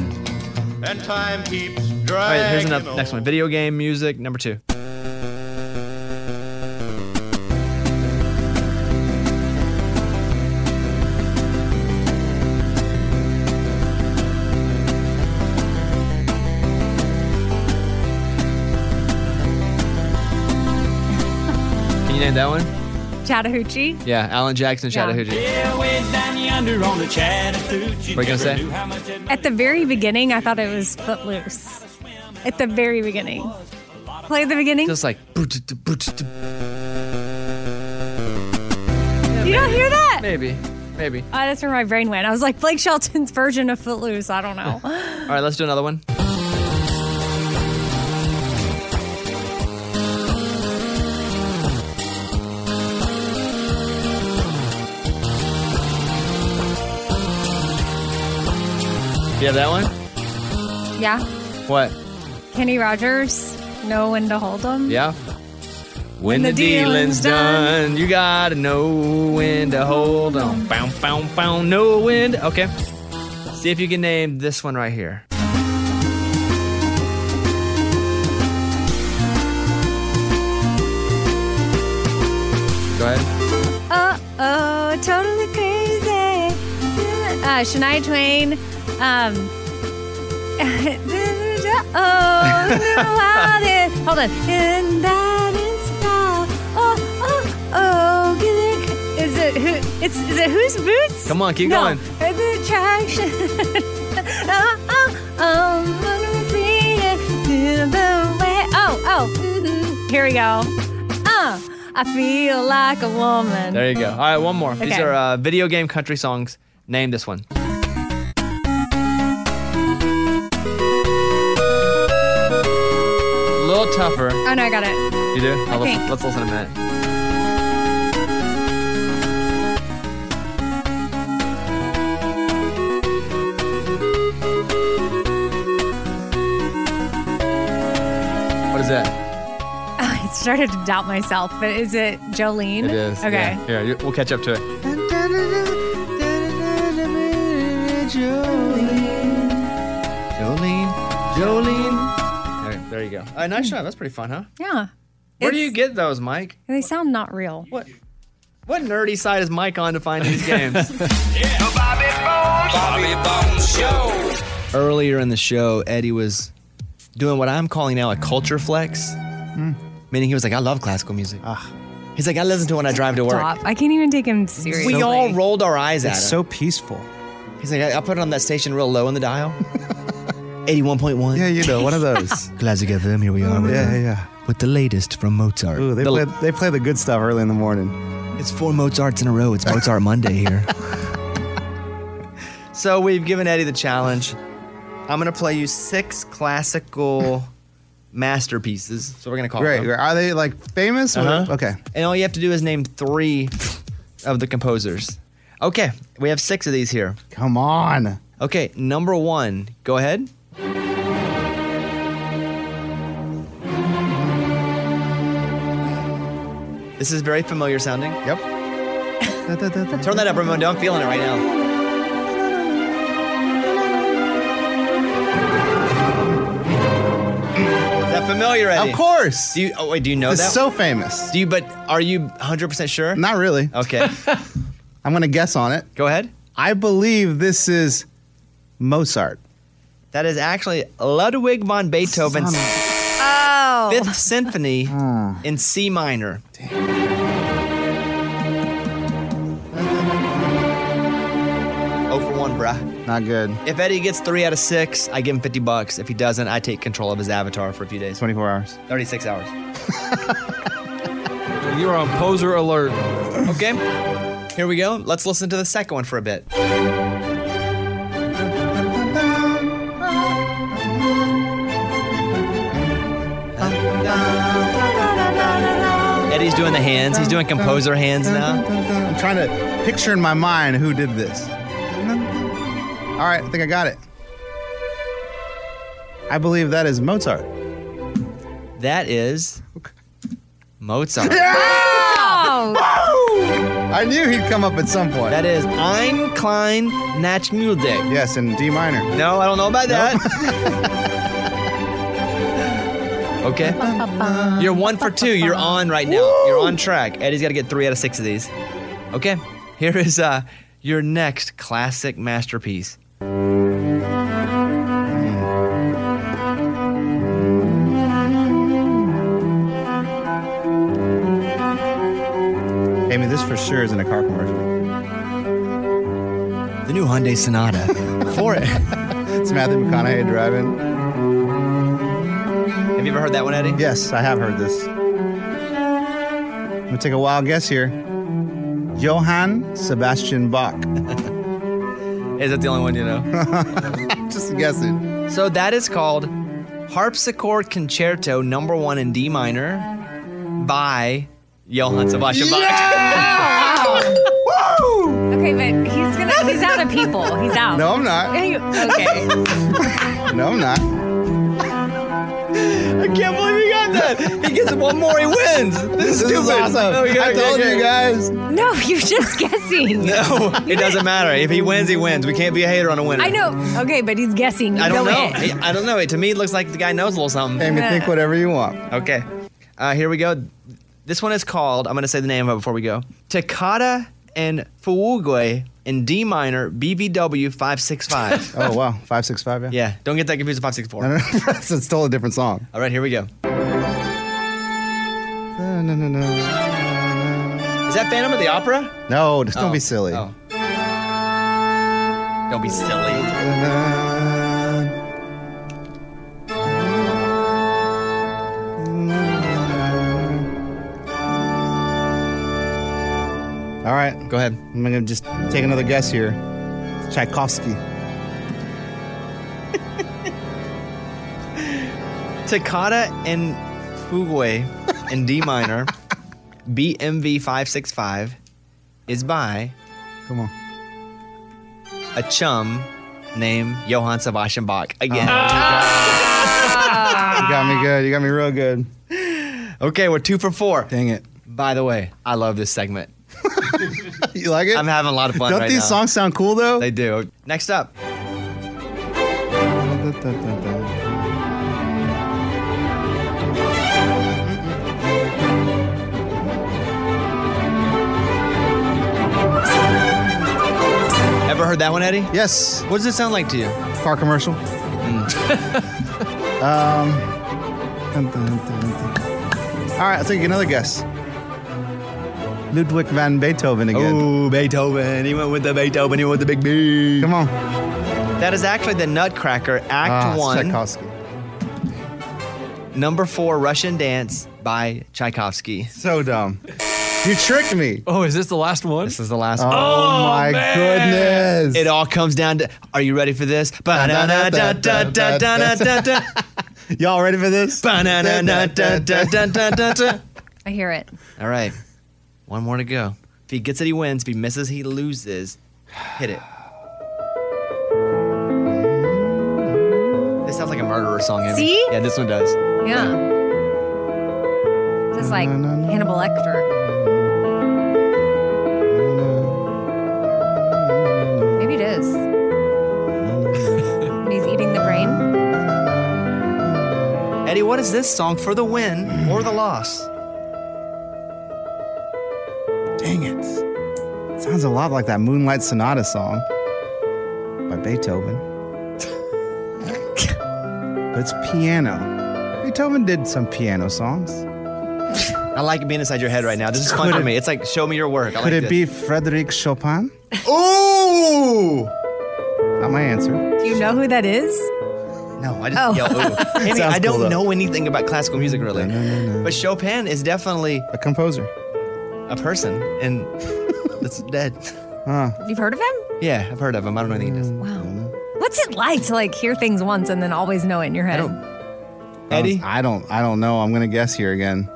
S11: And time keeps
S5: All right, here's
S11: dragging
S5: another next one. Video game music number two. Can you name that one?
S2: Chattahoochee.
S5: Yeah, Alan Jackson,
S2: Yeah.
S5: Chattahoochee.
S3: Yeah, way down yonder on the Chattahoochee.
S5: What are
S3: Never
S5: you gonna say?
S3: knew how much it-
S2: At the very beginning, I thought it was Footloose. At the very beginning. Play the beginning.
S5: Just like.
S2: You don't hear that?
S5: Maybe, maybe.
S2: Oh, that's where my brain went. I was like, Blake Shelton's version of Footloose. I don't know.
S5: All right, let's do another one. you have that one?
S2: Yeah.
S5: What?
S2: Kenny Rogers, know when to hold them.
S5: Yeah. When,
S2: the
S5: the,
S2: dealing's
S5: dealing's done, you gotta know when to hold on. Bound, bound, bound, no wind. Okay. See if you can name this one right here. Go ahead.
S2: Uh oh, totally crazy. Uh, Shania Twain. Um, uh-oh, little wild and- hold on. In that in style. Oh, oh, oh, get it. Is it who? It's is it whose boots?
S5: Come on, keep
S2: no.
S5: going.
S2: Uh, The attraction. oh, oh, oh, wanna be it. Feel the way. Oh, oh. mhm. Here we go. Uh, I feel like a woman.
S5: There you go. All right, one more. These
S2: Okay.
S5: are uh, video game country songs. Name this one. A little tougher.
S2: Oh no, I got it.
S5: You do? Now
S2: Okay.
S5: Let's, let's listen in a minute. What is that?
S2: I started to doubt myself, but is it Jolene?
S5: It is.
S2: Okay.
S5: Yeah. Here, you- we'll catch up to it. Jolene. Jolene. All right, there you go. Uh,
S2: Hmm.
S5: nice job. That's pretty fun, huh?
S2: Yeah.
S5: Where do you get those, Mike?
S2: They sound not real.
S5: What? What nerdy side is Mike on to find these games?
S4: Bobby Bones Show.
S5: Earlier in the show, Eddie was doing what I'm calling now a culture flex,
S6: Hmm.
S5: meaning he was like, "I love classical music."
S6: Ah.
S5: He's like, "I listen to it when I drive to work."
S2: Stop. I can't even take him seriously.
S5: We all rolled our eyes at
S6: It's
S5: him.
S6: so peaceful.
S5: He's like, "I, I put it on that station real low on the dial, eighty-one point one." Yeah, you know, one of those. Classic FM. Here we are. with
S6: Oh, yeah,
S5: the-
S6: yeah.
S5: With the latest from Mozart.
S6: Ooh, they,
S5: The-
S6: play, they play the good stuff early in the morning.
S5: It's four Mozarts in a row. It's Mozart Monday here. So we've given Eddie the challenge. I'm gonna play you six classical masterpieces. So we're gonna call
S6: Great.
S5: them.
S6: Are they like famous? or-
S5: Uh-huh.
S6: Okay.
S5: And all you have to do is name three of the composers. Okay, we have six of these here.
S6: Come on.
S5: Okay, number one. Go ahead. This is very familiar sounding.
S6: Yep.
S5: Turn that up, Ramon. I'm feeling it right now. Is that familiar, Eddie?
S6: Of course.
S5: Do you? Oh wait, do you know
S6: it's
S5: that?
S6: so famous.
S5: do you? But are you 100 percent sure?
S6: Not really.
S5: Okay.
S6: I'm going to guess on it.
S5: Go ahead.
S6: I believe this is Mozart.
S5: That is actually Ludwig von Beethoven's
S2: Oh.
S5: Fifth Symphony in C minor. Oh for one, bruh.
S6: Not good.
S5: If Eddie gets three out of six, I give him 50 bucks. If he doesn't, I take control of his avatar for a few days.
S6: 24 hours.
S5: 36 hours.
S1: You are on poser alert.
S5: Okay, here we go. Let's listen to the second one for a bit. Eddie's doing the hands. He's doing composer hands now.
S6: I'm trying to picture in my mind who did this. All right, I think I got it. I believe that is Mozart.
S5: That is Mozart.
S2: Oh.
S6: I knew he'd come up at some point.
S5: That is Ein Klein Natchmusik.
S6: yes, in D minor.
S5: No, I don't know about that. okay. You're one for two. You're on right now. You're on track. Eddie's got to get three out of six of these. Okay. Here is uh, your next classic masterpiece.
S6: Amy, this for sure isn't a car commercial.
S5: The new Hyundai Sonata. for it. Have
S6: It's Matthew McConaughey driving.
S5: you ever heard that one, Eddie?
S6: Yes, I have heard this. I'm gonna take a wild guess here. Johann Sebastian Bach.
S5: Is that the only one you know?
S6: Just guessing.
S5: so that is called Harpsichord Concerto Number One in D Minor by Johann Sebastian Bach.
S2: Okay, but he's gonna he's out of people. He's out.
S6: No, I'm not.
S2: Yeah, you- okay.
S6: No, I'm not.
S5: I can't believe he got that. He gets one more, he wins. This, is stupid.
S6: awesome.
S5: Oh, we gotta
S6: I
S5: get-
S6: told you guys.
S2: No, you're just guessing.
S5: No, it doesn't matter. If he wins, he wins. We can't be a hater on a winner.
S2: I know. Okay, but he's guessing. You
S5: I don't
S2: go
S5: know.
S2: in.
S5: He- I don't know. It, to me, it looks like the guy knows a little something.
S2: Amy, think Yeah.
S6: whatever you want.
S5: Okay. Uh, here we go. This one is called, I'm going to say the name of it before we go Takata and Fuugue in D minor, BBW 565.
S6: Oh, wow. 565, yeah.
S5: Yeah, don't get that confused with 564.
S6: No, no, no. That's it's totally different song.
S5: All right, here we go.
S6: No, no, no, no.
S5: Is that Phantom of the Opera?
S6: No, just don't
S5: Oh.
S6: be silly.
S5: Oh. Don't be silly.
S6: All right.
S5: Go ahead.
S6: I'm going to just take another guess here. It's Tchaikovsky.
S5: Takata and Fugue in D minor, BMV 565 is by
S6: Come on.
S5: a chum named Johann Sebastian Bach.
S6: Oh,
S5: Again.
S6: You got me good. You got me real good.
S5: Okay, we're two for four.
S6: Dang it.
S5: By the way, I love this segment.
S6: you like it?
S5: I'm having a lot of fun
S6: Don't
S5: right
S6: these
S5: now.
S6: songs sound cool, though?
S5: They do. Next up. Ever heard that one, Eddie?
S6: Yes.
S5: What does it sound like to you?
S6: Car commercial.
S5: Mm.
S6: um. dun, dun, dun, dun. All right, I'll take another guess. Ludwig van Beethoven again.
S5: Oh, Beethoven. He went with the Beethoven. He went with the big B.
S6: Come on.
S5: That is actually the Nutcracker,
S6: Ah,
S5: Act
S6: it's
S5: One,
S6: Tchaikovsky.
S5: Number Four, Russian Dance by Tchaikovsky.
S6: So dumb. You tricked me.
S1: Oh, is this the last one?
S5: This is the last
S6: Oh,
S5: one.
S6: my goodness.
S5: It all comes down to Are you ready for this? Ba-da-da-da-da-da-da-da-da.
S6: Y'all ready for this?
S5: Ba-na-na-na-da-da-da-da-da.
S2: I hear it.
S5: All right. One more to go. If he gets it, he wins. If he misses, he loses. Hit it. This sounds like a murderer song. Amy.
S2: See?
S5: Yeah, this one does.
S2: Yeah. This is like Hannibal Lecter. Maybe it is. when he's eating the brain.
S5: Eddie, what is this song for the win or the loss?
S6: Dang it. Sounds a lot like that Moonlight Sonata song by Beethoven. but it's piano. Beethoven did some piano songs.
S5: I like being inside your head right now. This is fun for me. It's like, show me your work. I
S6: Could
S5: like
S6: it be Frederic Chopin?
S5: this. Ooh!
S6: Not my answer.
S2: Do you know who that is?
S5: No, I just
S2: Oh.
S5: yell ooh. Amy,
S6: Sounds
S5: I don't
S6: cool, though.
S5: know anything about classical music really. But Chopin is definitely
S6: A composer.
S5: a person and that's dead.
S2: You've heard of him?
S5: Yeah, I've heard of him. I don't know anything he does.
S2: Wow. What's it like to like hear things once and then always know it in your head?
S5: Eddie?
S6: Um, I don't. I don't know. I'm gonna guess here again.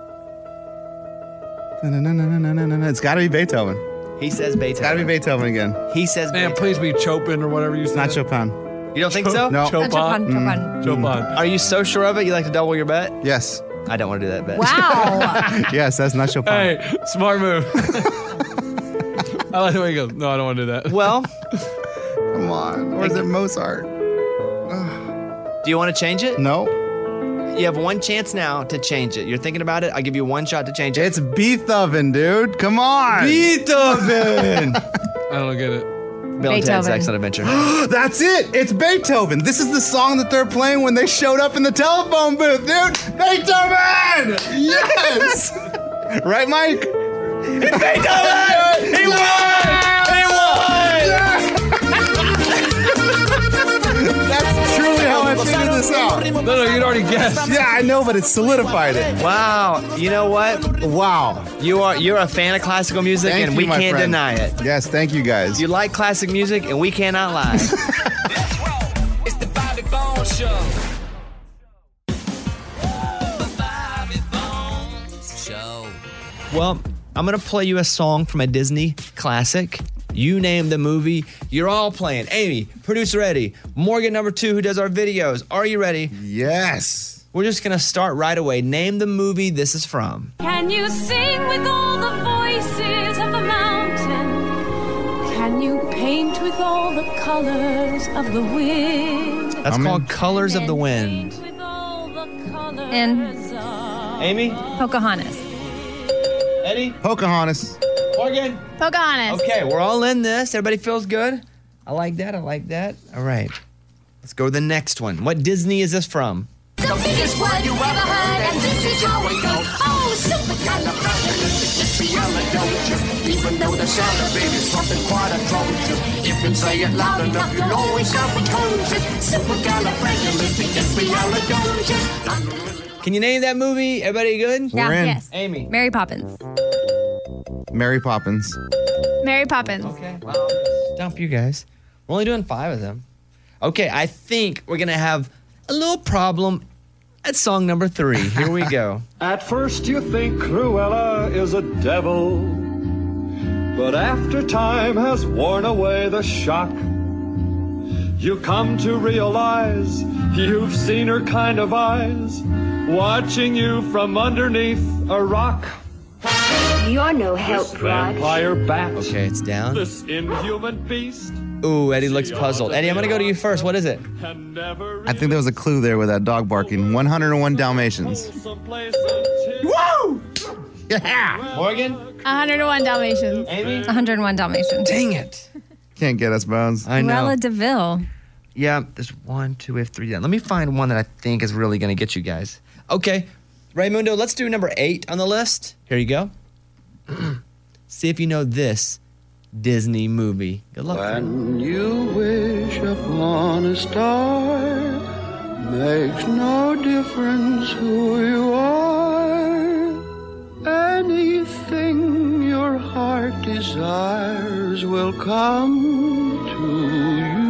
S6: Na-na-na-na-na-na-na-na. It's got to be Beethoven.
S5: He says Beethoven.
S6: Got to be Beethoven again.
S5: He says
S1: Man,
S5: Beethoven.
S1: please be Chopin or whatever you said.
S6: Not Chopin.
S5: You don't think so?
S6: No.
S2: Uh, Chopin,
S1: Chopin.
S2: Chopin.
S1: Chopin.
S5: Are you so sure of it? You like to double your bet?
S6: Yes.
S5: I don't want to do that bet.
S2: Wow.
S6: Yes, that's not Chopin.
S1: Hey, smart move. I like the way he goes. No, I don't want to do that.
S5: Well,
S6: Come on. Or is it Mozart?
S5: do you want to change it?
S6: No.
S5: You have one chance now to change it. You're thinking about it. I'll give you one shot to change it.
S6: It's Beethoven, dude. Come on.
S5: Beethoven.
S1: I don't get it.
S5: Bill and Ted's
S2: Beethoven.
S5: Excellent Adventure.
S6: That's it. It's Beethoven. This is the song that they're playing when they showed up in the telephone booth, dude. Beethoven! Yes! right, Mike?
S5: Beethoven! He won!
S6: That's truly how I figured this out.
S1: No, no, you'd already guessed.
S6: Yeah, I know, but it solidified it.
S5: Wow. You know what?
S6: Wow.
S5: You are you're a fan of classical music
S6: Thank
S5: and
S6: you,
S5: we
S6: my
S5: can't
S6: friend.
S5: deny it.
S6: Yes, thank you guys.
S5: You like classic music and we cannot lie.
S3: It's the Bobby Bones Show. The Bobby Bones Show.
S5: well, I'm gonna play you a song from a Disney classic. You name the movie, you're all playing. Amy, producer Eddie, Morgan number two, who does our videos. Are you ready? Yes. We're just gonna start right away. Name the movie this is from.
S4: Can you sing with all the voices of the mountain? Can you paint with all the colors of the wind?
S5: That's called Colors of the Wind.
S2: And
S5: Amy,
S2: Pocahontas.
S5: Eddie,
S6: Pocahontas.
S5: Morgan.
S2: Oh,
S7: Pocahontas.
S5: Okay, we're all in this. Everybody feels good. I like that. I like that. All right. Let's go to the next one. What Disney is this from?
S4: The biggest word you ever heard, and this is how we go. Oh, supercalifragilisticexpialidocious. Even though the sound of it is something quite atrocious, you can say it loud enough, you'll always sound precocious. Supercalifragilisticexpialidocious.
S5: Can you name that movie? Everybody good?
S6: We're in.
S2: Yes.
S5: Amy.
S2: Mary Poppins.
S6: Mary Poppins.
S7: Mary Poppins.
S5: Okay. Dump you guys. We're only doing five of them. Okay, I think we're gonna have a little problem at song number three. Here we go.
S12: At first you think Cruella is a devil, but after time has worn away the shock, you come to realize you've seen her kind of eyes watching you from underneath a rock.
S8: You're no
S12: This vampire bat.
S5: Okay, it's down.
S12: This inhuman beast.
S5: Ooh, Eddie looks puzzled. Eddie, I'm gonna go to you first. What is it?
S6: I think there was a clue there with that dog barking. 101 Dalmatians.
S5: Woo!
S6: Yeah.
S5: Morgan?
S7: 101 Dalmatians.
S5: Amy?
S2: 101 Dalmatians.
S5: Dang it.
S6: Can't get us, Bones.
S5: I know.
S2: Cruella DeVille.
S5: Yeah, there's one, two, we have three. down. Let me find one that I think is really gonna get you guys. Okay, Raymundo, let's do number eight on the list. Here you go. See if you know this Disney movie. Good luck.
S4: When you wish upon a star, makes no difference who you are. Anything your heart desires will come to you.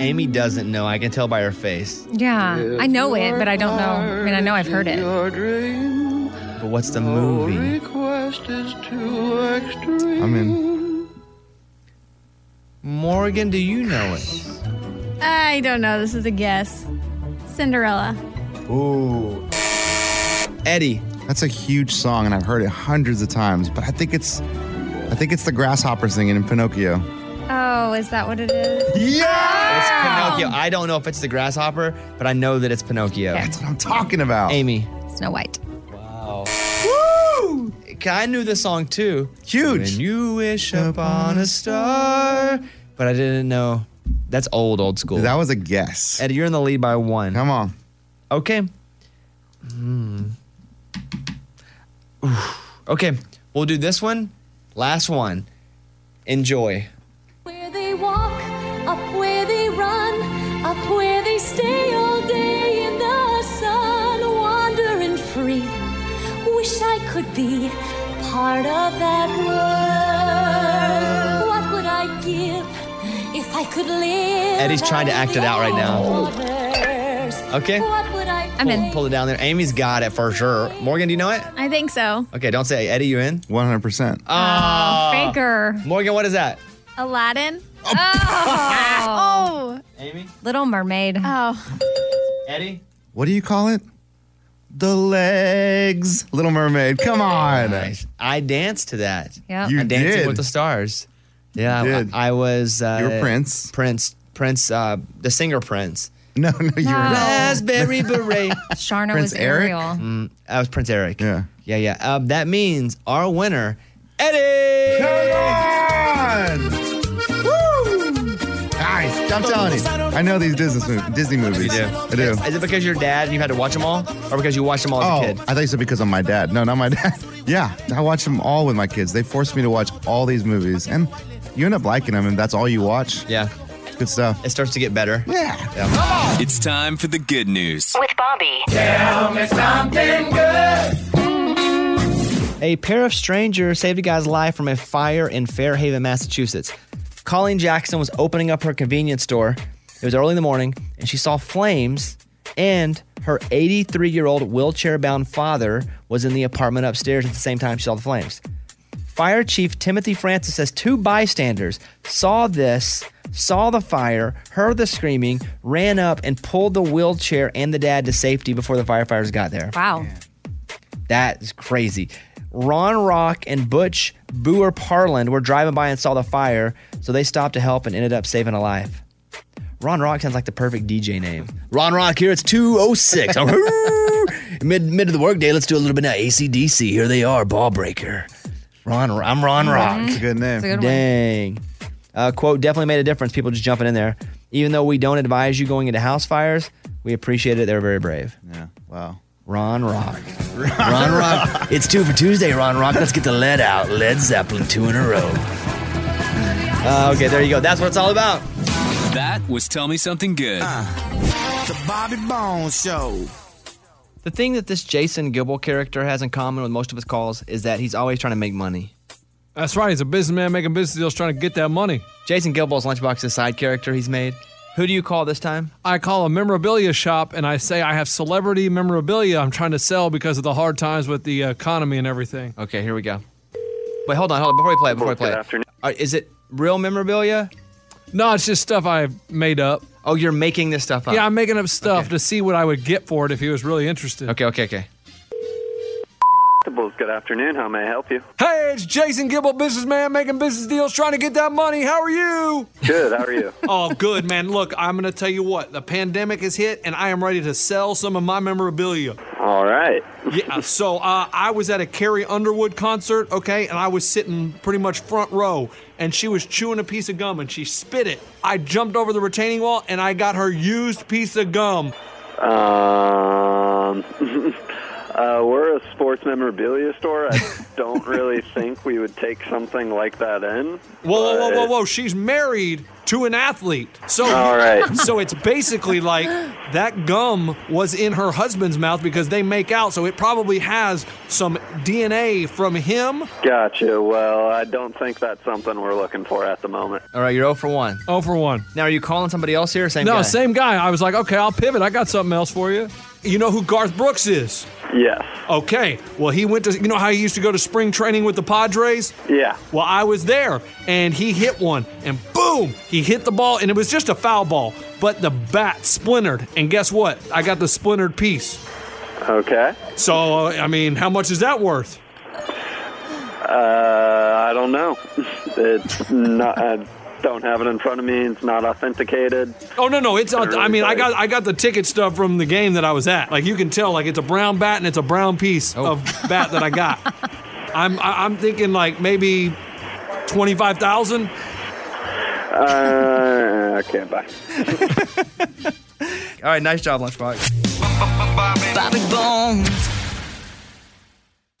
S5: Amy doesn't know. I can tell by her face.
S2: Yeah, I know it, but I don't know. I mean, I know I've heard it.
S4: Your dream
S5: But what's the movie?
S4: request is too extreme.
S6: I'm in.
S5: Morgan, do you know it?
S7: I don't know. This is a guess. Cinderella.
S5: Ooh. Eddie.
S6: That's a huge song, and I've heard it hundreds of times. But I think it's, I think it's the grasshopper singing in Pinocchio.
S2: Oh, is that what it is?
S6: Yeah,
S5: It's Pinocchio. I don't know if it's the grasshopper, but I know that it's Pinocchio.
S2: Yeah.
S6: that's what I'm talking about.
S5: Amy.
S2: Snow White.
S5: Wow. Woo! I knew this song too.
S6: Huge.
S5: When you wish upon a star. But I didn't know. That's old, old school.
S6: That was a guess.
S5: Eddie, you're in the lead by one.
S6: Come on.
S5: Okay. Hmm. Oof. Okay, we'll do this one. Last one. Enjoy.
S4: Where they walk, up where they run, up where they stay all day in the sun, wandering free. Wish I could be part of that world. What would I give if I could live?
S5: Eddie's trying to act it out right now. Okay.
S4: What would I
S2: I'm in.
S5: Pull it down there. Amy's got it for sure. Morgan, do you know it?
S7: I think so.
S5: Okay, don't say Eddie, you in?
S6: 100. percent
S5: Ah.
S2: Faker.
S5: Morgan, what is that?
S7: Aladdin.
S2: Oh.
S7: Oh.
S5: Amy?
S2: Little Mermaid.
S7: Oh.
S5: Eddie?
S6: What do you call it? The legs. Little Mermaid. Come on.
S5: Nice. I danced to that.
S2: Yeah.
S6: You
S5: I dancing
S6: did.
S5: with the stars. Yeah, I-
S6: did.
S5: I, was. Uh,
S6: You were Prince.
S5: Prince. Prince. Uh, the singer Prince.
S6: No, no, you were
S2: No.
S6: not.
S5: Raspberry beret.
S2: Sharna
S6: Prince
S2: was
S6: Eric?
S2: Ariel.
S5: Mm, that was Prince Eric.
S6: Yeah.
S5: Yeah, yeah. Uh, that means our winner, Eddie.
S6: Come on. Nice. I'm telling you, I know these Disney movies. Disney movies.
S5: do.
S6: I do.
S5: Is it because your dad and you had to watch them all, or because you watched them all as
S6: Oh,
S5: a
S6: I
S5: kid?
S6: thought you said because of my dad. No, not my dad. yeah, I watch them all with my kids. They forced me to watch all these movies, and you end up liking them, and that's all you watch.
S5: Yeah.
S6: It's good stuff.
S5: It starts to get better.
S6: Yeah.
S10: It's time for the good news.
S3: With Bobby.
S5: A pair of strangers saved a guy's life from a fire in Fairhaven, Massachusetts. Colleen Jackson was opening up her convenience store. It was early in the morning, and she saw flames, and her 83 year old wheelchair bound father was in the apartment upstairs at the same time she saw the flames. Fire Chief Timothy Francis says two bystanders saw this, saw the fire, heard the screaming, ran up, and pulled the wheelchair and the dad to safety before the firefighters got there.
S2: Wow.
S5: That is crazy. Ron Rock and Butch Boer Parland were driving by and saw the fire, so they stopped to help and ended up saving a life. Ron Rock sounds like the perfect DJ name. Ron Rock here, it's 206. mid, mid of the workday, let's do a little bit of ACDC. Here they are, ball breaker. Ron, Ro- I'm Ron Rock.
S6: It's a good name. It's a good one.
S5: Dang. Uh, quote, definitely made a difference. People just jumping in there. Even though we don't advise you going into house fires, we appreciate it. They were very brave.
S6: Yeah. Wow.
S5: Ron Rock. Ron Rock. It's two for Tuesday, Ron Rock. Let's get the lead out. Led Zeppelin, two in a row. Uh, okay, there you go. That's what it's all about.
S10: That was Tell Me Something Good.
S5: The Bobby Bones Show. The thing that this Jason Gilbel character has in common with most of his calls is that he's always trying to make money.
S1: That's right. He's a businessman making business deals trying to get that money.
S5: Jason Gilbel's Lunchbox's side character he's made. Who do you call this time?
S1: I call a memorabilia shop and I say I have celebrity memorabilia I'm trying to sell because of the hard times with the economy and everything.
S5: Okay, here we go. Wait, hold on, hold on. Before we play it, before we play it. All right, is it real memorabilia?
S1: No, it's just stuff I made up.
S5: Oh, you're making this stuff up?
S1: Yeah, I'm making up stuff to see what I would get for it if he was really interested.
S5: Okay, okay, okay.
S13: Good afternoon. How may I help you?
S1: Hey, it's Jason Gibble, businessman making business deals, trying to get that money. How are you?
S13: Good. How are you?
S1: oh, good, man. Look, I'm going to tell you what. The pandemic has hit, and I am ready to sell some of my memorabilia.
S13: All right.
S1: Yeah, so uh, I was at a Carrie Underwood concert, okay, and I was sitting pretty much front row, and she was chewing a piece of gum, and she spit it. I jumped over the retaining wall, and I got her used piece of gum.
S13: Um, uh, we're a sports memorabilia store. I don't really think we would take something like that in.
S1: Whoa, whoa, whoa, whoa,
S13: but-
S1: whoa! She's married to an athlete, so
S13: All right.
S1: So it's basically like that gum was in her husband's mouth because they make out, so it probably has some DNA from him.
S13: Gotcha. Well, I don't think that's something we're looking for at the moment.
S5: All right, you're 0 for 1.
S1: 0 Oh, for 1.
S5: Now, are you calling somebody else here? or Same
S1: no,
S5: guy?
S1: same guy. I was like, okay, I'll pivot. I got something else for you. You know who Garth Brooks is?
S13: Yes.
S1: Okay. Well, he went to, you know how he used to go to spring training with the Padres?
S13: Yeah.
S1: Well, I was there and he hit one and boom, he hit the ball and it was just a foul ball, but the bat splintered. And guess what? I got the splintered piece.
S13: Okay.
S1: So, I mean, how much is that worth?
S13: Uh, I don't know. It's not. I don't have it in front of me. It's not authenticated.
S1: Oh no no it's I mean I got I got the ticket stuff from the game that I was at like you can tell like it's a brown bat and it's a brown piece of bat that I got I'm I- I'm thinking like maybe twenty five thousand
S13: Uh, okay, bye.
S5: All right, nice job, Lunchbox.
S3: Bobby Bones.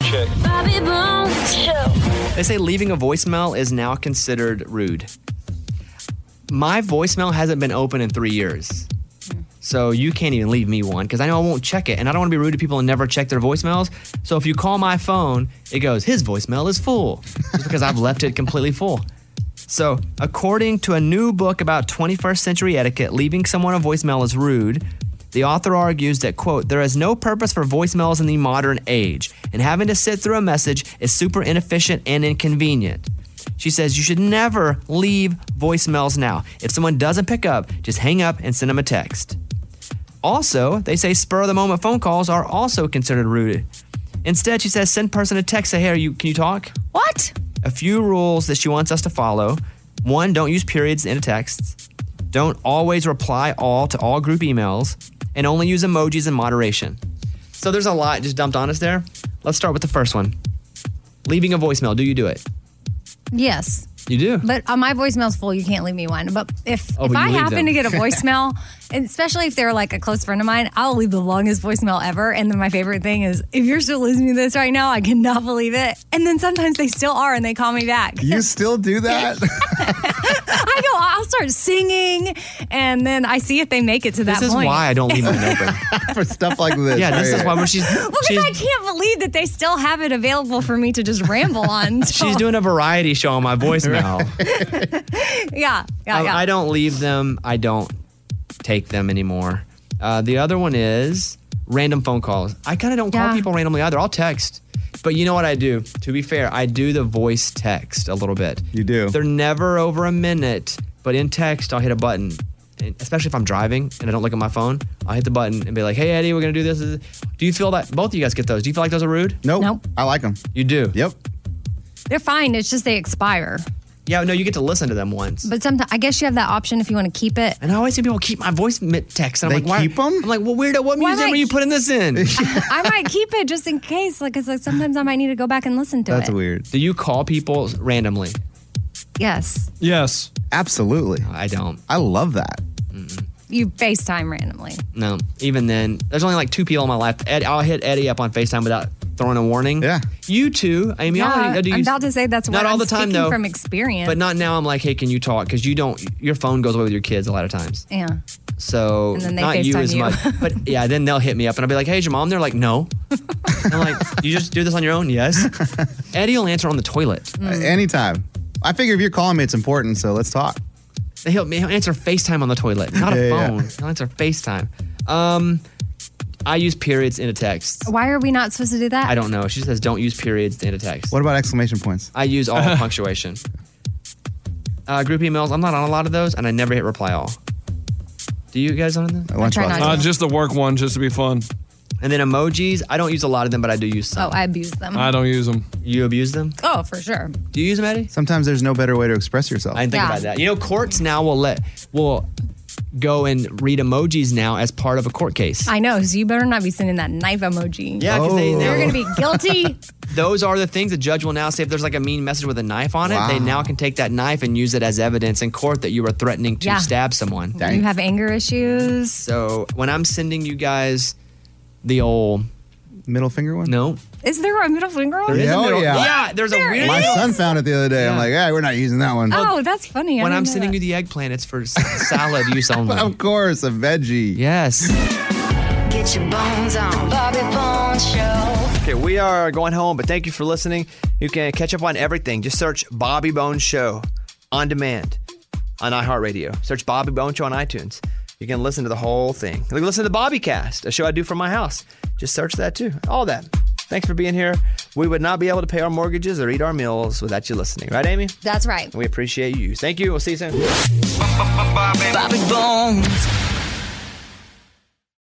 S13: Check.
S3: Bobby Bones Show.
S5: They say leaving a voicemail is now considered rude. My voicemail hasn't been open in three years. So you can't even leave me one because I know I won't check it. And I don't want to be rude to people and never check their voicemails. So if you call my phone, it goes, his voicemail is full just because I've left it completely full. So, according to a new book about 21st century etiquette, leaving someone a voicemail is rude. The author argues that, quote, there is no purpose for voicemails in the modern age, and having to sit through a message is super inefficient and inconvenient. She says you should never leave voicemails now. If someone doesn't pick up, just hang up and send them a text. Also, they say spur of the moment phone calls are also considered rude. Instead, she says send person a text, say, hey, are you, can you talk?
S2: What?
S5: A few rules that she wants us to follow. One, don't use periods in a text. Don't always reply all to all group emails. And only use emojis in moderation. So there's a lot just dumped on us there. Let's start with the first one. Leaving a voicemail. Do you do it?
S2: Yes.
S5: You do.
S2: But uh, my voicemail's full. You can't leave me one. But if,
S5: Oh,
S2: if
S5: but you
S2: I
S5: leave
S2: happen
S5: them.
S2: to get a voicemail, and especially if they're like a close friend of mine, I'll leave the longest voicemail ever. And then my favorite thing is, if you're still listening to this right now, I cannot believe it. And then sometimes they still are and they call me back.
S6: You still do that?
S2: I go, I'll start singing. And then I see if they make it to that
S5: this is
S2: point.
S5: why I don't leave mine open.
S6: For stuff like this.
S5: Yeah, this
S6: right
S5: is why
S6: here.
S5: when she's
S2: Well, because
S5: she's,
S2: I can't believe that they still have it available for me to just ramble on. So,
S5: she's doing a variety show on my voicemail.
S2: yeah, yeah,
S5: Oh, I,
S2: yeah.
S5: I don't leave them. I don't take them anymore. Uh, the other one is random phone calls. I kind of don't call
S2: Yeah.
S5: people randomly either. I'll text. But you know what I do? To be fair, I do the voice text a little bit. You
S6: do.
S5: They're never over a minute, but in text, I'll hit a button. And especially if I'm driving and I don't look at my phone, I'll hit the button and be like, hey, Eddie, we're going to do this. Do you feel that? Both of you guys get those. Do you feel like those are rude?
S6: Nope. Nope. I like them.
S5: You do?
S6: Yep.
S2: They're fine. It's just they expire.
S5: Yeah, no, you get to listen to them once.
S2: But sometimes I guess you have that option if you want to keep it.
S5: And I always see people keep my voice mi- text. And I'm
S6: They
S5: like,
S6: keep
S5: why? them? I'm like, well, weirdo, what
S2: Why
S5: museum
S2: not?
S5: are you putting this in?
S2: I might keep it just in case, like, cause like sometimes I might need to go back and listen to it.
S5: weird. Do you call people randomly?
S2: Yes,
S1: Yes.
S6: Absolutely.
S5: I don't.
S6: I love that.
S2: you FaceTime randomly.
S5: No, even then, there's only like two people in my life. Ed, I'll hit Eddie up on Facetime without throwing a warning. Yeah. You too, Amy. I already- I do
S2: I'm
S5: use-
S2: about to say that's
S5: Not
S2: what
S5: all
S2: I'm
S5: the time,
S2: speaking
S5: though,
S2: from experience.
S5: But not now. I'm like, hey, can you talk? Because you don't. Your phone goes away with your kids a lot of times.
S2: yeah.
S5: So
S2: And then they
S5: not you
S2: FaceTime
S5: as
S2: you.
S5: much. But yeah, then they'll hit me up and I'll be like, hey, is your mom? They're like, no. I'm like, you just do this on your own? Yes. Eddie will answer on the toilet.
S6: A- Anytime. I figure if you're calling me, it's important, so let's talk.
S5: He'll, he'll answer FaceTime on the toilet, not a
S6: Yeah, yeah,
S5: phone. He'll answer FaceTime. Um, I use periods in a text.
S2: Why are we not supposed to do that?
S5: I don't know. She says don't use periods in a text.
S6: What about exclamation points?
S5: I use all punctuation. Uh, group emails. I'm not on a lot of those, and I never hit reply all. Do you guys on
S6: Oh.
S5: them?
S1: I try not to. Uh, just the work one, just to be fun.
S5: And then emojis. I don't use a lot of them, but I do use some.
S2: Oh, I abuse them.
S5: don't use them. You abuse them?
S2: Oh, for sure.
S5: Do you use them, Eddie?
S6: Sometimes there's no better way to express yourself.
S5: I didn't think
S2: Yeah.
S5: about that. You know, courts now will let will go and read emojis now as part of a court case.
S2: I know. So you better not be sending that knife emoji.
S5: Yeah, 'cause they-
S2: you're
S6: Oh.
S5: they-
S2: gonna be guilty.
S5: Those are the things the judge will now say if there's like a mean message with a knife on it, they
S2: Wow.
S5: now can take that knife and use it as evidence in court that you were threatening to
S2: Yeah.
S5: stab someone.
S2: You have anger issues.
S5: So when I'm sending you guys the old
S6: middle finger one?
S5: No.
S2: Is there a middle finger?
S6: There is a Hell middle- yeah. Yeah,
S5: there's a
S2: weird.
S6: My son found it the other day. I'm like, yeah, we're not using that one.
S2: Oh, that's funny. I
S5: when
S2: didn't
S5: I'm
S2: know
S5: sending
S2: that.
S5: you the eggplant, it's for s- salad use only.
S6: Of course, a veggie.
S5: Yes.
S3: Get your bones on Bobby Bones Show.
S5: Okay, we are going home, but thank you for listening. You can catch up on everything. Just search Bobby Bone Show on demand on iHeartRadio. Search Bobby Bone Show on iTunes. You can listen to the whole thing. You can listen to the Bobbycast, a show I do from my house. Just search that too. All that. Thanks for being here. We would not be able to pay our mortgages or eat our meals without you listening, right, Amy?
S2: That's right.
S5: We appreciate you. Thank you. We'll see you soon.
S3: Bobby Bones.